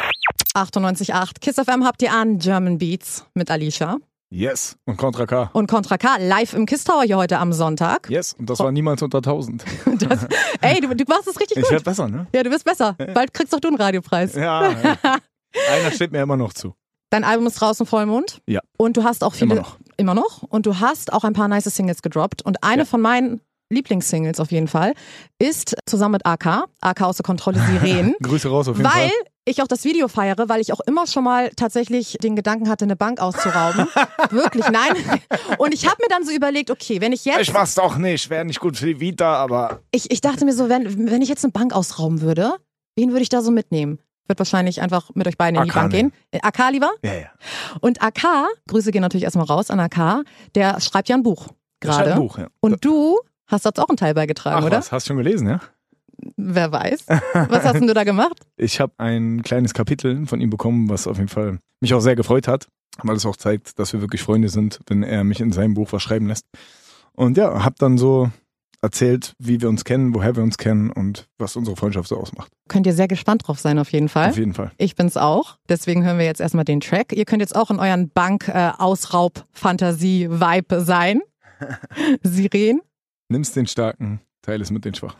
98.8. Kiss FM habt ihr an. German Beats mit Alicia.
Yes. Und Contra K.
Und Contra K live im Kiss Tower hier heute am Sonntag.
Yes. Und das war niemals unter 1000.
Das, ey, du, du machst es richtig
Ich
gut.
werd besser, ne?
Ja, du bist besser. Bald kriegst auch du einen Radiopreis.
Ja. ja. Einer steht mir immer noch zu.
Dein Album ist draußen Vollmond.
Ja.
Und du hast auch viele.
Immer noch.
Immer noch. Und du hast auch ein paar nice Singles gedroppt. Und eine von meinen Lieblingssingles auf jeden Fall ist zusammen mit AK, AK außer Kontrolle Sirenen.
Grüße raus auf jeden
weil
Fall.
ich auch das Video feiere, weil ich auch immer schon mal tatsächlich den Gedanken hatte, eine Bank auszurauben. Wirklich, nein. Und ich habe mir dann so überlegt, okay, wenn ich jetzt,
Ich mach's doch nicht, wäre nicht gut für die Vita, aber
ich, ich dachte mir so, wenn, wenn ich jetzt eine Bank ausrauben würde, wen würde ich da so mitnehmen? Wird wahrscheinlich einfach mit euch beiden in die
AK
Bank gehen. Äh, AK lieber?
ja, ja.
Und AK, Grüße gehen natürlich erstmal raus an AK, der schreibt ja ein Buch
Das ist halt ein
gerade.
Buch, ja.
Und du hast dazu auch einen Teil beigetragen,
Ach
oder?
was, hast du schon gelesen, ja?
Wer weiß. Was hast denn du da gemacht?
Ich habe ein kleines Kapitel von ihm bekommen, was auf jeden Fall mich auch sehr gefreut hat, weil es auch zeigt, dass wir wirklich Freunde sind, wenn er mich in seinem Buch was schreiben lässt. Und ja, habe dann so erzählt, wie wir uns kennen, woher wir uns kennen und was unsere Freundschaft so ausmacht.
Könnt ihr sehr gespannt drauf sein, auf jeden Fall.
Auf jeden Fall.
Ich bin's auch. Deswegen hören wir jetzt erstmal den Track. Ihr könnt jetzt auch in euren Bank-Ausraub-Fantasie-Vibe sein. Siren.
Nimmst den Starken, teil es mit den Schwachen.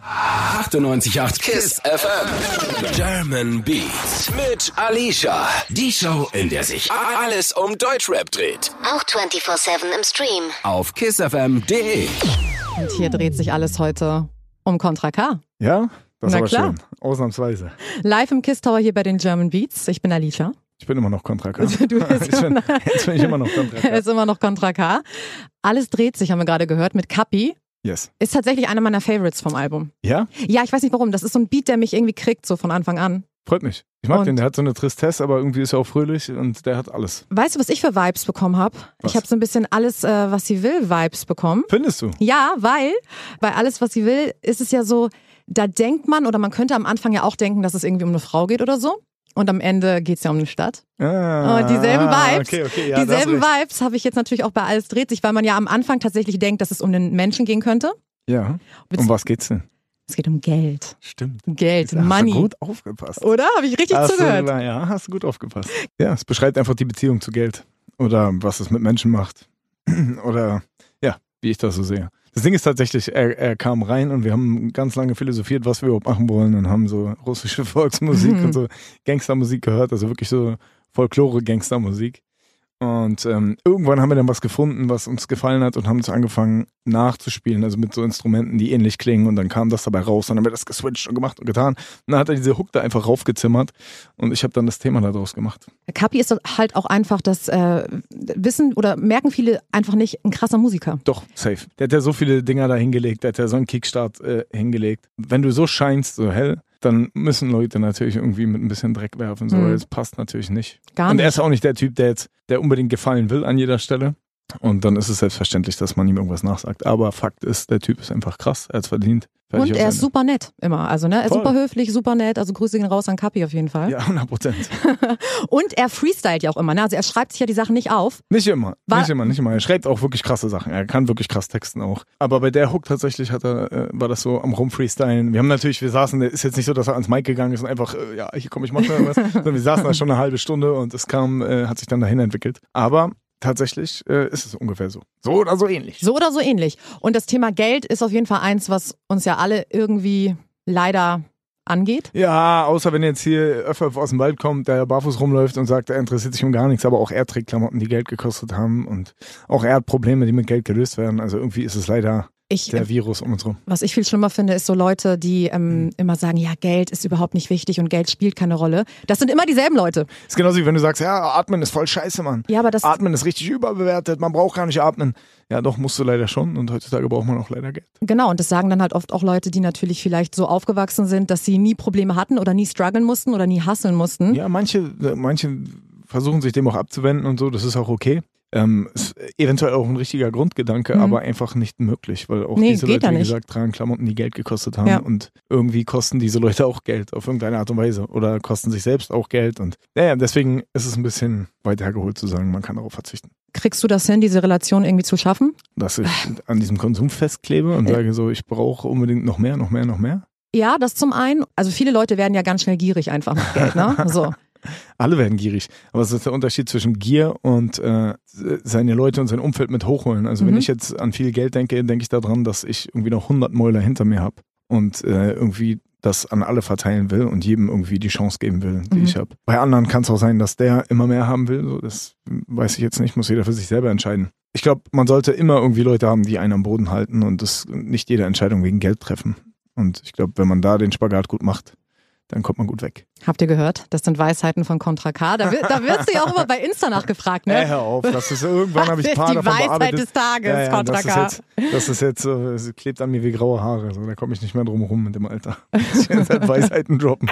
98.8 Kiss FM. German Beats mit Alicia. Die Show, in der sich a- alles um Deutschrap dreht.
Auch 24-7 im Stream.
Auf kissfm.de.
Und hier dreht sich alles heute um Contra K.
Ja, das
Na
war
klar.
schön. Ausnahmsweise.
Live im Kiss Tower hier bei den German Beats. Ich bin Alicia.
Ich bin immer noch Kontra K.
Du bist
ich bin, jetzt bin ich immer noch Kontra
Er
K.
ist immer noch Contra K. Alles dreht sich, haben wir gerade gehört, mit Kapi.
Yes.
Ist tatsächlich einer meiner Favorites vom Album.
Ja,
Ja, ich weiß nicht warum. Das ist so ein Beat, der mich irgendwie kriegt, so von Anfang an.
freut mich. Ich mag
Und-
den. Der hat so eine Tristesse, aber irgendwie ist er auch fröhlich und der hat alles.
Weißt du, was ich für Vibes bekommen habe?
Was?
Ich habe so ein bisschen alles, äh, was sie will, Vibes bekommen.
Findest du?
Ja, weil bei alles, was sie will, ist es ja so, da denkt man oder man könnte am Anfang ja auch denken, dass es irgendwie um eine Frau geht oder so. Und am Ende geht's ja um eine Stadt.
Ah,
Oh, dieselben Vibes.
Okay, okay, ja, da hast
Dieselben
recht.
Vibes habe ich jetzt natürlich auch bei Alles dreht sich, weil man ja am Anfang tatsächlich denkt, dass es um den Menschen gehen könnte.
Ja. Um was geht's denn?
Es geht um Geld.
Stimmt.
Geld,
Hast
Money.
du gut aufgepasst.
Oder? Habe ich richtig
hast
zugehört?
Du, ja, hast du gut aufgepasst. Ja, es beschreibt einfach die Beziehung zu Geld. Oder was es mit Menschen macht. Oder ja, wie ich das so sehe. Das Ding ist tatsächlich, er, er kam rein und wir haben ganz lange philosophiert, was wir überhaupt machen wollen und haben so russische Volksmusik
Mhm.
und so Gangstermusik gehört, also wirklich so Folklore-Gangstermusik. Und ähm, irgendwann haben wir dann was gefunden, was uns gefallen hat und haben es angefangen nachzuspielen, also mit so Instrumenten, die ähnlich klingen. Und dann kam das dabei raus, dann haben wir das geswitcht und gemacht und getan. Und dann hat er diese Hook da einfach raufgezimmert und ich habe dann das Thema daraus gemacht.
Kapi ist halt auch einfach, das äh, wissen oder merken viele einfach nicht, ein krasser Musiker.
Doch, safe. Der hat ja so viele Dinger da hingelegt, der hat ja so einen Kickstart äh, hingelegt. Wenn du so scheinst, so hell, dann müssen Leute natürlich irgendwie mit ein bisschen Dreck werfen. So,
Mhm.
das passt natürlich nicht.
Gar
und
nicht.
er ist auch nicht der Typ, der jetzt, der unbedingt gefallen will an jeder Stelle. Und dann ist es selbstverständlich, dass man ihm irgendwas nachsagt. Aber Fakt ist, der Typ ist einfach krass. Er hat verdient. Fertig
Und
aus
er ist
Ende.
super nett immer. Also, ne? Er ist
Voll.
super höflich, super nett. Also Grüße gehen raus an Kapi auf jeden Fall.
Ja, 100 Prozent.
Und er freestylt ja auch immer. Ne? Also er schreibt sich ja die Sachen nicht auf.
Nicht immer,
War-
nicht immer, nicht immer. Er schreibt auch wirklich krasse Sachen. Er kann wirklich krass texten auch. Aber bei der Hook tatsächlich hat er, äh, war das so am Rumfreestylen. Wir haben natürlich, wir saßen, ist jetzt nicht so, dass er ans Mic gegangen ist und einfach, äh, ja, hier komm, ich mach mal irgendwas. Sondern wir saßen da schon eine halbe Stunde und es kam, äh, hat sich dann dahin entwickelt. Aber tatsächlich äh, ist es ungefähr so. So oder so ähnlich.
So oder so ähnlich. Und das Thema Geld ist auf jeden Fall eins, was uns ja alle irgendwie leider angeht.
Ja, außer wenn jetzt hier Öffel aus dem Wald kommt, der barfuß rumläuft und sagt, er interessiert sich um gar nichts, aber auch er trägt Klamotten, die Geld gekostet haben und auch er hat Probleme, die mit Geld gelöst werden. Also irgendwie ist es leider
Ich,
der Virus um uns rum.
was ich viel schlimmer finde, ist so Leute, die
Mhm.
ähm, immer sagen, ja, Geld ist überhaupt nicht wichtig und Geld spielt keine Rolle. Das sind immer dieselben Leute.
Ist genauso wie wenn du sagst, ja, atmen ist voll scheiße, Mann.
Ja, aber das,
Atmen ist richtig überbewertet, man braucht gar nicht atmen. Ja, doch, musst du leider schon und heutzutage braucht man auch leider Geld.
genau, und das sagen dann halt oft auch Leute, die natürlich vielleicht so aufgewachsen sind, dass sie nie Probleme hatten oder nie strugglen mussten oder nie hasseln mussten.
Ja, manche, manche versuchen sich dem auch abzuwenden und so, das ist auch okay. Ähm, ist eventuell auch ein richtiger Grundgedanke,
Mhm.
aber einfach nicht möglich, weil auch
Nee,
diese
geht
Leute,
ja
wie
nicht.
gesagt, tragen Klamotten, die Geld gekostet haben
Ja.
und irgendwie kosten diese Leute auch Geld auf irgendeine Art und Weise oder kosten sich selbst auch Geld und naja, deswegen ist es ein bisschen weit hergeholt zu sagen, man kann darauf verzichten.
Kriegst du das hin, diese Relation irgendwie zu schaffen?
dass ich an diesem Konsum festklebe und
Ja.
sage so, ich brauche unbedingt noch mehr, noch mehr, noch mehr.
Ja, das zum einen. Also viele Leute werden ja ganz schnell gierig einfach mit Geld, ne? So.
Alle werden gierig. Aber es ist der Unterschied zwischen Gier und äh, seine Leute und sein Umfeld mit hochholen. Also wenn
Mhm.
ich jetzt an viel Geld denke, denke ich daran, dass ich irgendwie noch 100 Mäuler hinter mir habe und äh, irgendwie das an alle verteilen will und jedem irgendwie die Chance geben will, die
Mhm.
ich habe. Bei anderen kann es auch sein, dass der immer mehr haben will. So, das weiß ich jetzt nicht, muss jeder für sich selber entscheiden. Ich glaube, man sollte immer irgendwie Leute haben, die einen am Boden halten und das nicht jede Entscheidung wegen Geld treffen. Und ich glaube, wenn man da den Spagat gut macht, dann kommt man gut weg.
Habt ihr gehört? Das sind Weisheiten von Contra K. Da, wi- da wirst du ja auch immer bei Insta nachgefragt, ne?
Ey, Äh, hör auf, das ist irgendwann habe ich
Das
ein
ist
paar
die
davon
Weisheit
bearbeitet.
des Tages,
ja, ja,
Kontra
das ist
K.
jetzt, das ist jetzt, äh, es klebt an mir wie graue Haare, so, da komme ich nicht mehr drum rum mit dem Alter. Ich werde halt Weisheiten droppen.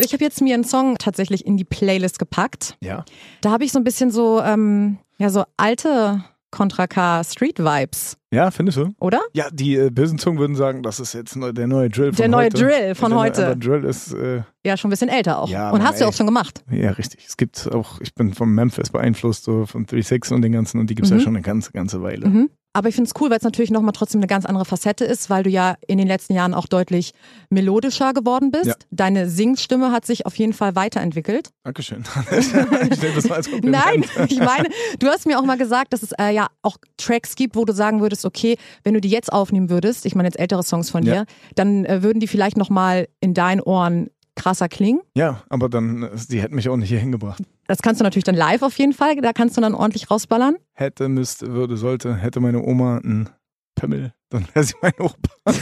Ich habe jetzt mir einen Song tatsächlich in die Playlist gepackt.
Ja.
Da habe ich so ein bisschen so, ähm, ja, so alte Contra K Street Vibes
Ja, findest du?
oder?
Ja, die äh, bösen Zungen würden sagen, das ist jetzt neu- der neue Drill von
Der neue
heute.
Drill von
der neue-
heute.
Aber Drill ist, äh,
Ja, schon ein bisschen älter auch.
Ja,
und
Mann,
hast du ja
ey.
auch schon gemacht.
ja richtig. Es gibt auch, ich bin von Memphis beeinflusst, so von 36 und den ganzen, und die gibt's
Mhm.
ja schon eine ganze, ganze Weile.
Mhm. Aber ich finde es cool, weil es natürlich nochmal trotzdem eine ganz andere Facette ist, weil du ja in den letzten Jahren auch deutlich melodischer geworden bist.
Ja.
Deine Singstimme hat sich auf jeden Fall weiterentwickelt.
Dankeschön. ich stell das mal als Kompliment.
Nein, ich meine, du hast mir auch mal gesagt, dass es äh, ja auch Tracks gibt, wo du sagen würdest, okay, wenn du die jetzt aufnehmen würdest, ich meine jetzt ältere Songs von
Ja.
dir, dann äh, würden die vielleicht nochmal in deinen Ohren krasser klingen.
Ja, aber dann, äh, die hätten mich auch nicht hier hingebracht.
Das kannst du natürlich dann live auf jeden Fall, da kannst du dann ordentlich rausballern.
Hätte, müsste, würde, sollte, hätte meine Oma einen Pimmel, dann wäre sie mein Opa.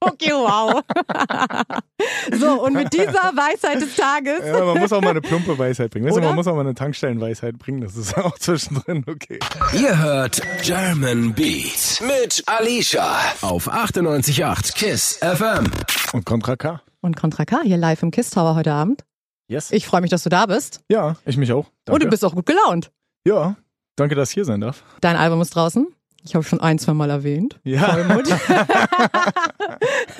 Okay, wow. so, und mit dieser Weisheit des Tages
Ja, man muss auch mal eine plumpe Weisheit bringen. Weißt du,
Oder?
man muss auch mal eine Tankstellenweisheit bringen. Das ist auch zwischendrin okay.
Ihr hört German Beat mit Alicia auf 98.8 KISS FM.
Und Contra K.
und Contra K hier live im Kiss Tower heute Abend.
Yes.
Ich freue mich, dass du da bist.
ja, ich mich auch. Danke.
Und du bist auch gut gelaunt.
Ja, danke, dass ich hier sein darf.
Dein Album ist draußen. Ich habe schon ein, zwei Mal erwähnt.
Ja.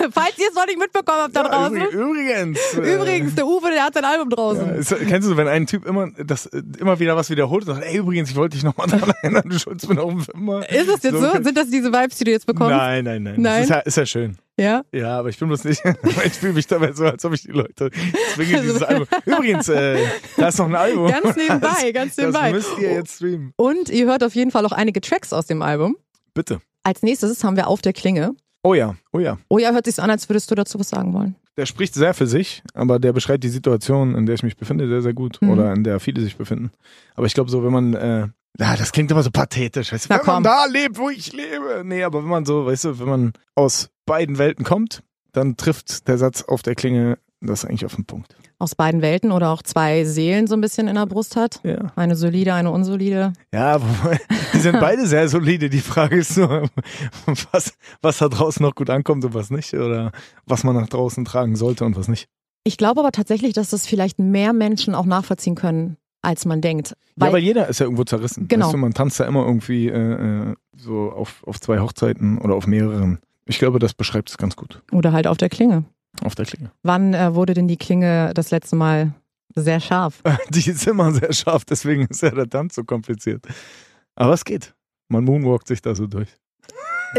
Falls ihr es noch nicht mitbekommen habt da
Ja,
draußen.
übrig- Übrigens. äh,
Übrigens, der Uwe, der hat sein Album
ja,
draußen.
ist, kennst du, wenn ein Typ immer, das, äh, immer wieder was wiederholt und sagt, ey, übrigens, ich wollte dich nochmal daran erinnern, du schulst mir noch immer.
Ist es jetzt so? Sind das diese Vibes, die du jetzt bekommst?
Nein, nein, nein.
Nein?
Das Ist, ja, ist ja schön.
Ja.
Ja, aber ich bin bloß nicht. ich fühle mich dabei so, als ob ich die Leute zwinge, dieses Album. Übrigens, äh, da ist noch ein Album.
Also, Ganz nebenbei, ganz nebenbei. Oh.
Oh Das müsst ihr jetzt streamen.
Und ihr hört auf jeden Fall auch einige Tracks aus dem Album.
Bitte.
Als nächstes haben wir Auf der Klinge.
Oh ja, oh ja.
Oh ja, hört sich an, als würdest du dazu was sagen wollen.
Der spricht sehr für sich, aber der beschreibt die Situation, in der ich mich befinde, sehr, sehr gut.
Mhm.
Oder in der viele sich befinden. Aber ich glaube, so, wenn man. Äh, ja, das klingt immer so pathetisch. Weißt du,
Na
wenn
komm.
man da lebt, wo ich lebe. Nee, aber wenn man so, weißt du, wenn man aus beiden Welten kommt, dann trifft der Satz auf der Klinge das eigentlich auf den Punkt.
Aus beiden Welten oder auch zwei Seelen so ein bisschen in der Brust hat.
Ja.
Eine solide, eine unsolide.
Ja, wobei, die sind beide sehr solide. Die Frage ist nur, was, was da draußen noch gut ankommt und was nicht. Oder was man nach draußen tragen sollte und was nicht.
Ich glaube aber tatsächlich, dass das vielleicht mehr Menschen auch nachvollziehen können, als man denkt.
ja, weil jeder ist ja irgendwo zerrissen.
Genau.
Weißt du, man tanzt ja immer irgendwie äh, äh, so auf, auf zwei Hochzeiten oder auf mehreren. Ich glaube, das beschreibt es ganz gut
oder halt auf der Klinge.
auf der Klinge.
Wann äh, wurde denn die Klinge das letzte Mal sehr scharf?
Die ist immer sehr scharf, deswegen ist ja der Tanz so kompliziert. Aber es geht. Man moonwalkt sich da so durch.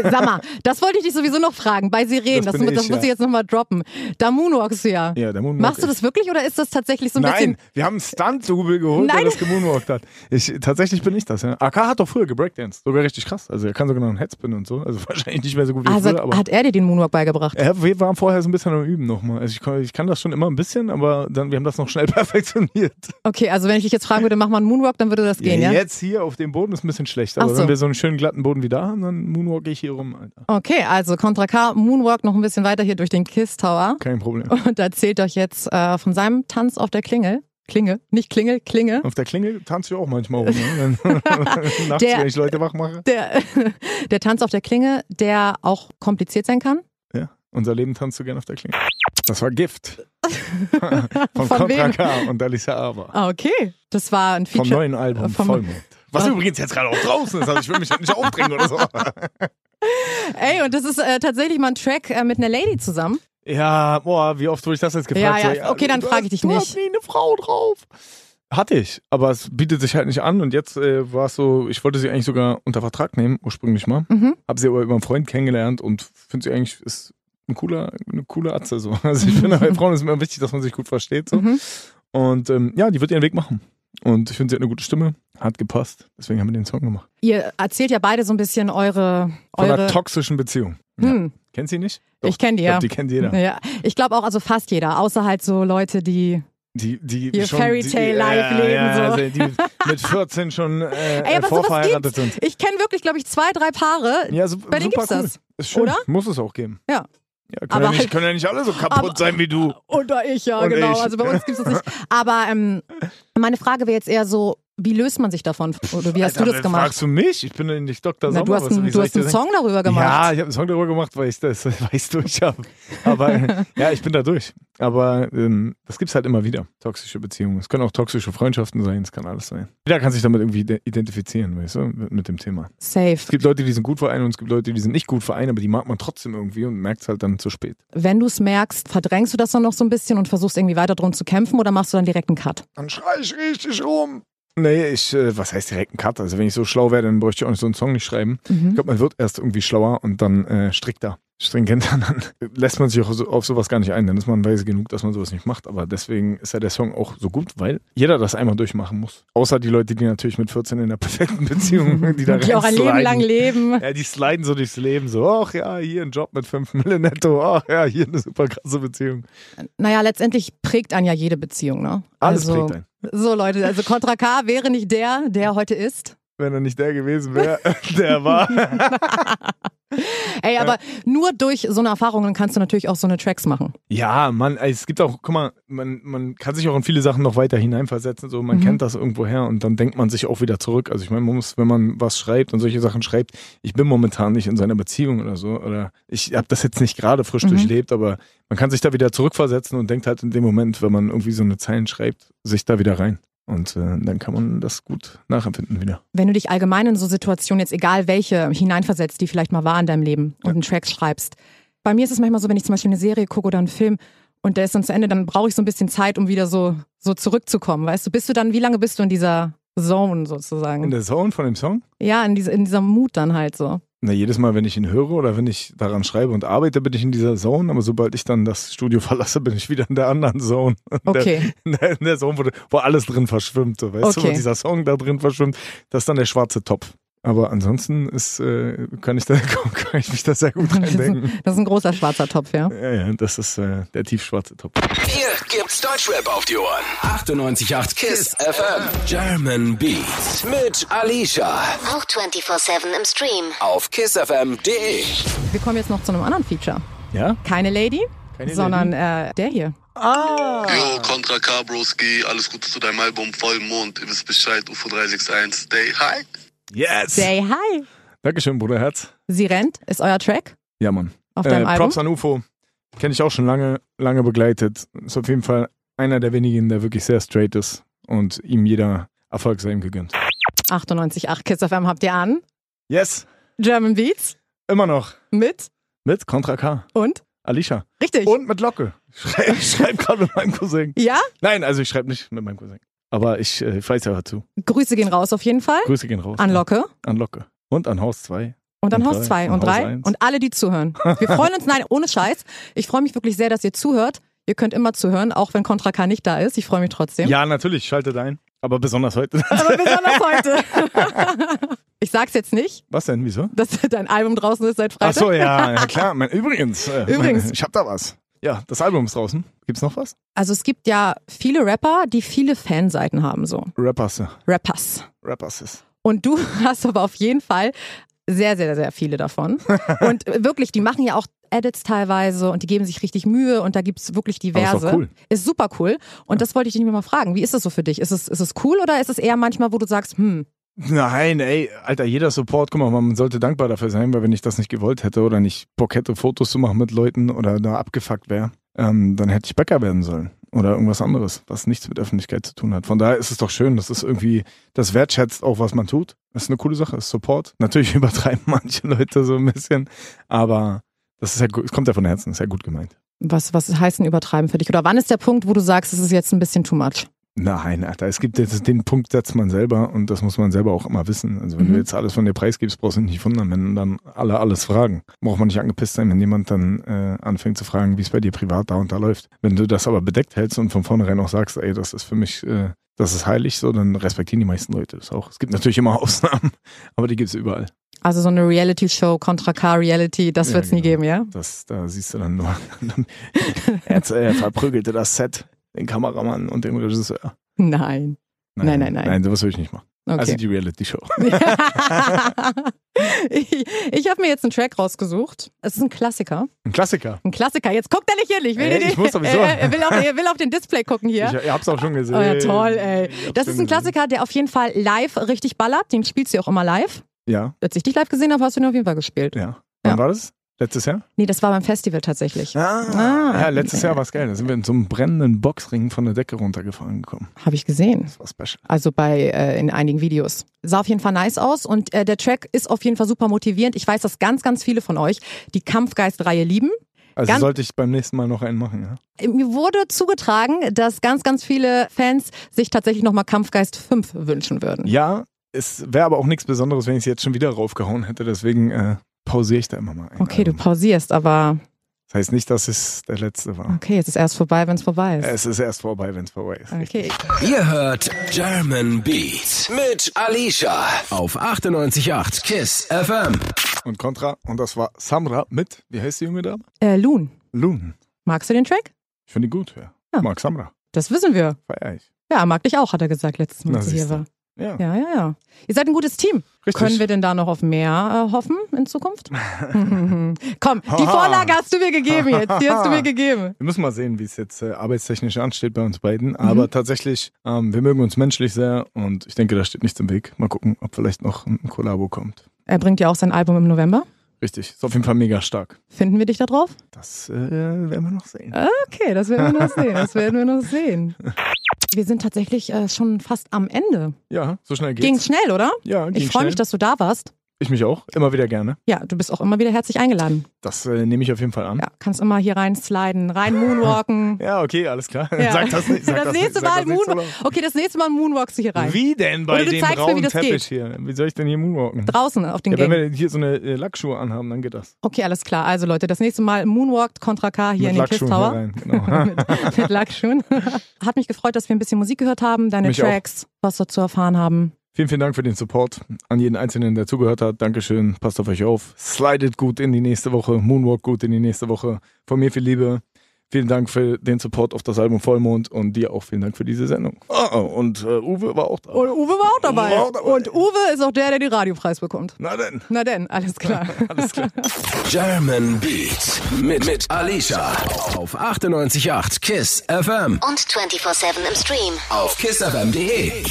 Sag mal, das wollte ich dich sowieso noch fragen, bei Sirenen, das, das,
Das bin ich,
muss
ja.
ich jetzt nochmal droppen. Da moonwalkst du ja.
Ja, der Moonwalk
Machst du
ist-
das wirklich oder ist das tatsächlich so ein
Nein,
bisschen...
wir haben einen Stunt-Double geholt,
Nein.
der das gemoonwalkt hat. Ich, tatsächlich bin ich das, ja. AK hat doch früher gebreakdanced. Sogar richtig krass. Also er kann sogar noch einen Headspin und so. Also wahrscheinlich nicht mehr so gut wie
Also
früher, aber.
hat er dir den Moonwalk beigebracht?
Ja, wir waren vorher so ein bisschen am Üben nochmal. Also ich, kann- ich kann das schon immer ein bisschen, aber dann, wir haben das noch schnell perfektioniert.
Okay, also wenn ich dich jetzt fragen würde, mach mal einen Moonwalk, dann würde das gehen, ja?
Jetzt hier auf dem Boden ist ein bisschen schlecht, aber
Ach so.
wenn wir so einen schönen glatten Boden wie da haben, dann moonwalk ich hier rum, Alter.
Okay, also Contra K, Moonwalk noch ein bisschen weiter hier durch den Kiss Tower.
Kein Problem.
Und erzählt euch jetzt äh, von seinem Tanz auf der Klingel. Klinge, nicht Klingel, Klinge.
Auf der Klingel tanze ich auch manchmal rum. Ne? Wenn- Nachts,
Der-
wenn ich Leute wach mache.
Der, der Tanz auf der Klinge, der auch kompliziert sein kann.
Ja, unser Leben tanzt so gern auf der Klinge. Das war Gift. Von,
Von
Contra
wem?
K und Alisa Aber.
Ah, okay. Das war ein
Vom
Feature.
neuen Album
vom-
Vollmond. Was
Ah.
übrigens jetzt gerade auch draußen ist, also ich will mich halt nicht aufdrängen oder so.
Ey, und das ist äh, tatsächlich mal ein Track äh, mit einer Lady zusammen.
Ja, boah, wie oft wurde ich das jetzt gefragt?
Ja, ja,
So,
okay, dann
du
frag ich
hast-
dich
Du
nicht.
hast nie eine Frau drauf. Hatte ich, aber es bietet sich halt nicht an und jetzt äh, war es so, ich wollte sie eigentlich sogar unter Vertrag nehmen, ursprünglich mal.
Mhm.
Hab sie aber über einen Freund kennengelernt und finde sie eigentlich, ist ein cooler, eine coole Atze so. Also ich finde, bei Frauen ist immer wichtig, dass man sich gut versteht so.
Mhm.
Und ähm, ja, die wird ihren Weg machen. Und ich finde, sie hat eine gute Stimme, hat gepasst. Deswegen haben wir den Song gemacht.
Ihr erzählt ja beide so ein bisschen eure.
Von
eure
einer toxischen Beziehung.
Hm.
Kennt sie nicht?
Ich kenn die,
ich glaub,
ja.
Die kennt jeder.
ja. Ich glaube auch, also fast jeder, außer halt so Leute, die.
Die, die,
Ihr
schon,
Fairytale
die,
Life
ja,
leben,
ja,
so.
Also die mit 14 schon äh,
Ey, aber sowas
vorverheiratet
gibt's.
sind.
Ich kenne wirklich, glaube ich, zwei, drei Paare.
Ja, so,
Bei denen
super
gibt's
cool.
das.
Ist schön.
Oder?
Muss es auch geben.
Ja.
Ja, können,
Aber
ja nicht,
halt-
können ja nicht alle so kaputt
aber-
sein wie du.
Oder ich, ja,
Und
genau.
ich.
Also bei uns gibt es das nicht. Aber ähm, meine Frage wäre jetzt eher so, wie löst man sich davon? Oder wie hast
Alter,
du das gemacht?
Fragst du mich? Ich bin doch nicht Dr.
Na,
Sommer.
du hast,
was-
einen-
wie
du
soll ich
hast
dir
einen
sagen?
Song darüber
Ja,
gemacht.
ich habe einen Song darüber gemacht, weil ich das weiß durch habe. Aber äh, ja, ich bin da durch. Aber ähm, das gibt's halt immer wieder. Toxische Beziehungen. Es können auch toxische Freundschaften sein, es kann alles sein. Jeder kann sich damit irgendwie ide- identifizieren, weißt du, mit mit dem Thema. Es
Safe.
gibt Leute, die sind gut für einen und es gibt Leute, die sind nicht gut für einen, aber die mag man trotzdem irgendwie und merkt's halt dann zu spät.
Wenn du es merkst, verdrängst du das dann noch so ein bisschen und versuchst irgendwie weiter drum zu kämpfen oder machst du dann direkt einen Cut?
Dann schrei ich richtig rum. Nee, ich, äh, was heißt direkt ein Cut? Also wenn ich so schlau wäre, dann bräuchte ich auch nicht so einen Song nicht schreiben.
Mhm.
Ich glaube, man wird erst irgendwie schlauer und dann äh, strikter, stringenter. Dann lässt man sich auch so, auf sowas gar nicht ein. Dann ist man weise genug, dass man sowas nicht macht. Aber deswegen ist ja der Song auch so gut, weil jeder das einmal durchmachen muss. Außer die Leute, die natürlich mit 14 in der perfekten Beziehung, die da
Die auch ein Leben
reinsliden.
lang leben.
Ja, die sliden so durchs Leben. So, ach ja, hier ein Job mit 5 Millionen netto. Ach ja, hier eine super krasse Beziehung.
Naja, letztendlich prägt einen ja jede Beziehung, ne?
Alles
also,
prägt einen.
So Leute, also Contra K wäre nicht der, der heute ist.
Wenn er nicht der gewesen wäre, der war.
Ey, aber nur durch so eine Erfahrung kannst du natürlich auch so eine Tracks machen.
Ja, man, äh, es gibt auch, guck mal, man, man kann sich auch in viele Sachen noch weiter hineinversetzen. So, man kennt das irgendwoher und dann denkt man sich auch wieder zurück. Also ich meine, man muss, wenn man was schreibt und solche Sachen schreibt, ich bin momentan nicht in seiner Beziehung oder so. Oder ich habe das jetzt nicht gerade frisch durchlebt, aber man kann sich da wieder zurückversetzen und denkt halt in dem Moment, wenn man irgendwie so eine Zeilen schreibt, sich da wieder rein. Und äh, dann kann man das gut nachempfinden wieder.
Wenn du dich allgemein in so Situationen, jetzt egal welche, hineinversetzt, die vielleicht mal war in deinem Leben und einen Track schreibst. Bei mir ist es manchmal so, wenn ich zum Beispiel eine Serie gucke oder einen Film und der ist dann zu Ende, dann brauche ich so ein bisschen Zeit, um wieder so, so zurückzukommen. Weißt du, bist du dann, wie lange bist du in dieser Zone
In
sozusagen?
der Zone von dem Song?
Ja, in, diese, in dieser Mut dann halt so.
Na, jedes Mal, wenn ich ihn höre oder wenn ich daran schreibe und arbeite, bin ich in dieser Zone, aber sobald ich dann das Studio verlasse, bin ich wieder in der anderen Zone. In der-
Okay.
In der, in der Zone, wo, du- wo alles drin verschwimmt, so, weißt du,
Okay.
wo dieser Song da drin verschwimmt, das ist dann der schwarze Topf. Aber ansonsten ist, äh, kann, ich da, kann ich mich da sehr gut
Das ist,
reindenken.
ein, das ist ein großer schwarzer Topf, ja.
Ja, ja, das ist äh, der tiefschwarze Topf.
Hier gibt's Deutschrap auf die Ohren. 98.8 KISS FM. German Beats mit Alicia.
Auch 24-7 im Stream.
Auf kissfm.de.
Wir kommen jetzt noch zu einem anderen Feature.
Ja?
Keine Lady,
Keine
sondern Äh, der hier.
Yo, Contra K, Broski, alles Gute zu deinem Album Vollmond. Ihr wisst Bescheid, UFO 361, stay high.
Yes!
Say hi.
Dankeschön, Bruder Herz.
Sie rennt, ist euer Track
Ja, Mann.
auf deinem
äh,
Album.
Props an UFO. Kenne ich auch schon lange, lange begleitet. Ist auf jeden Fall einer der wenigen, der wirklich sehr straight ist und ihm jeder Erfolg sei ihm gegönnt.
98.8 Kiss FM habt ihr an.
Yes,
German Beats
immer noch.
mit
Mit Contra K,
und
Alicia.
richtig.
Und mit Locke. Schrei- Ich schreibe gerade mit meinem Cousin.
Ja,
Nein, also ich schreibe nicht mit meinem Cousin. Aber ich äh, weiß ja dazu.
Grüße gehen raus auf jeden Fall.
Grüße gehen raus.
An Locke
An Locke. Und an Haus 2.
und an
Und
Haus 2
drei.
und
Und Haus
3
eins.
und alle, die zuhören. Wir freuen uns, nein, ohne Scheiß. Ich freue mich wirklich sehr, dass ihr zuhört. Ihr könnt immer zuhören, auch wenn Contra K nicht da ist. Ich freue mich trotzdem.
Ja, natürlich, schaltet ein. Aber besonders heute.
Aber besonders heute. ich sag's jetzt nicht,
Was denn? Wieso?
dass dein Album draußen ist seit
Ach
Freitag.
so, ja, ja klar. Mein, übrigens, äh,
Übrigens.
ich hab da was. Ja, das Album ist draußen. Gibt's noch was?
Also es gibt ja viele Rapper, die viele Fanseiten haben, so
Rappers.
Rappers.
Rappers ist.
Und du hast aber auf jeden Fall sehr, sehr, sehr viele davon. Und wirklich, die machen ja auch Edits teilweise und die geben sich richtig Mühe und da gibt's wirklich
Aber ist doch
diverse.
cool.
Ist super cool. Und das wollte ich dich mal fragen. Wie ist das so für dich? Ist es, ist es cool oder ist es eher manchmal, wo du sagst, hm,
Nein, ey, Alter, jeder Support, guck mal, man sollte dankbar dafür sein, weil wenn ich das nicht gewollt hätte oder nicht Bock hätte, Fotos zu machen mit Leuten oder da abgefuckt wäre, ähm, dann hätte ich Bäcker werden sollen oder irgendwas anderes, was nichts mit Öffentlichkeit zu tun hat. Von daher ist es doch schön, dass es irgendwie, das wertschätzt auch, was man tut. Das ist eine coole Sache, ist Support. Natürlich übertreiben manche Leute so ein bisschen, aber das ist ja, gu- es kommt ja von Herzen, ist ja gut gemeint.
was, was heißt denn übertreiben für dich? Oder wann ist der Punkt, wo du sagst, es ist jetzt ein bisschen too much?
Nein, Alter, es gibt jetzt den Punkt, setzt man selber und das muss man selber auch immer wissen. Also wenn
Mhm.
du jetzt alles von dir preisgibst, brauchst du dich nicht wundern, wenn dann alle alles fragen. Braucht man nicht angepisst sein, wenn jemand dann äh, anfängt zu fragen, wie es bei dir privat da und da läuft. Wenn du das aber bedeckt hältst und von vornherein auch sagst, ey, das ist für mich, äh, das ist heilig, so, dann respektieren die meisten Leute das auch. Es gibt natürlich immer Ausnahmen, aber die gibt es überall.
Also so eine Reality-Show, Contra K-Reality, das
Ja,
wird's nie
genau.
geben, ja?
Das, da siehst du dann nur. er, er verprügelte das Set, den Kameramann und den Regisseur.
Nein. Nein, nein, nein.
Nein, sowas will ich nicht machen.
Okay.
Also die Reality-Show.
ich ich habe mir jetzt einen Track rausgesucht. Es ist ein Klassiker.
Ein Klassiker.
Ein Klassiker. Jetzt guckt er nicht hin. Ich will,
Ey,
den-
ich muss sowieso.
er, will auf, er will auf den Display gucken hier.
Ich, ich hab's auch schon gesehen.
Oh ja, toll, ey.
Ich
Das
hab's schon
ist ein
gesehen.
Klassiker, der auf jeden Fall live richtig ballert. Den spielst du auch immer live.
Ja,
Als ich dich live gesehen habe, hast du den auf jeden Fall gespielt.
ja. Wann
Ja.
war das? Letztes Jahr?
Nee, das war beim Festival tatsächlich.
Ah, ja, letztes Jahr war es geil. Da sind wir in so einem brennenden Boxring von der Decke runtergefahren gekommen.
Habe ich gesehen.
Das war special.
Also bei äh, in einigen Videos. Sah auf jeden Fall nice aus und äh, der Track ist auf jeden Fall super motivierend. Ich weiß, dass ganz, ganz viele von euch die Kampfgeist-Reihe lieben.
Also
Ganz-
sollte ich beim nächsten Mal noch einen machen, ja?
Mir wurde zugetragen, dass ganz, ganz viele Fans sich tatsächlich nochmal Kampfgeist 5 wünschen würden.
Ja, es wäre aber auch nichts Besonderes, wenn ich es jetzt schon wieder raufgehauen hätte. Deswegen äh, pausiere ich da immer mal ein.
Okay, du
Also,
pausierst, aber
Das heißt nicht, dass es der letzte war.
okay, es ist erst vorbei, wenn es vorbei ist.
Es ist erst vorbei, wenn es vorbei ist.
Okay.
Ihr hört German Beats mit Alicia auf 98.8 KISS FM.
Und Contra, und das war Samra mit, wie heißt die junge Dame?
Äh, Loon,
Loon.
magst du den Track?
Ich finde die gut, ja.
Ja.
Mag Samra.
Das wissen wir.
Feier ich.
Ja, mag dich auch, hat er gesagt letztes Mal,
Na,
als er hier
siehste.
war.
Ja,
Ja, ja, ja. Ihr seid ein gutes Team.
richtig.
Können wir denn da noch auf mehr äh, hoffen in Zukunft? Komm, die
Haha.
Vorlage hast du mir gegeben jetzt. Die hast du mir gegeben.
Wir müssen mal sehen, wie es jetzt äh, arbeitstechnisch ansteht bei uns
Mhm.
beiden. Aber tatsächlich, ähm, wir mögen uns menschlich sehr und ich denke, da steht nichts im Weg. Mal gucken, ob vielleicht noch ein Kollabo kommt.
Er bringt ja auch sein Album im November.
Richtig, ist auf jeden Fall mega stark.
Finden wir dich da drauf?
Das äh, werden wir noch sehen.
Äh? Okay, das werden wir noch sehen. Das werden wir noch sehen. Wir sind tatsächlich äh, schon fast am Ende.
Ja, so schnell geht's.
Ging schnell, oder?
Ja, ging
Ich freue mich,
schnell.
dass du da warst.
Ich mich auch, immer wieder gerne.
Ja, du bist auch immer wieder herzlich eingeladen.
Das äh, nehme ich auf jeden Fall an.
Ja, kannst immer hier rein sliden, rein moonwalken.
Ja, okay, alles klar.
Ja.
Sag das nicht. Sag
das,
das,
nächste
nicht, sag
Mal
das nicht so
Moonwalk. okay, das nächste Mal moonwalkst du hier rein.
laut. Wie denn bei
Oder du
dem
zeigst mir, wie
braunen
das
Teppich
geht.
hier? Wie soll ich denn hier moonwalken?
Draußen auf den
Ja, wenn
Gängen.
wir hier so eine äh, Lackschuhe anhaben, dann geht das.
Okay, alles klar. Also Leute, das nächste Mal moonwalkt Contra K hier in den Kiss
Lackschuhen hier
Tower.
rein. Genau.
mit, mit Lackschuhen. Hat mich gefreut, dass wir ein bisschen Musik gehört haben, deine
Mich auch.
Tracks, was wir zu erfahren haben.
Vielen, vielen Dank für den Support an jeden Einzelnen, der zugehört hat. Dankeschön. Passt auf euch auf. Slidet gut in die nächste Woche. Moonwalk gut in die nächste Woche. Von mir viel Liebe. Vielen Dank für den Support auf das Album Vollmond und dir auch vielen Dank für diese Sendung. Oh, oh, und äh, Uwe war auch da.
Und Uwe war auch dabei.
war auch dabei.
Und Uwe ist auch der, der den Radiopreis bekommt.
Na denn.
Na denn, alles klar.
Alles klar.
German Beats mit, mit Alicia auf 98.8 KISS FM.
Und 24-7 im Stream.
Auf kissfm.de.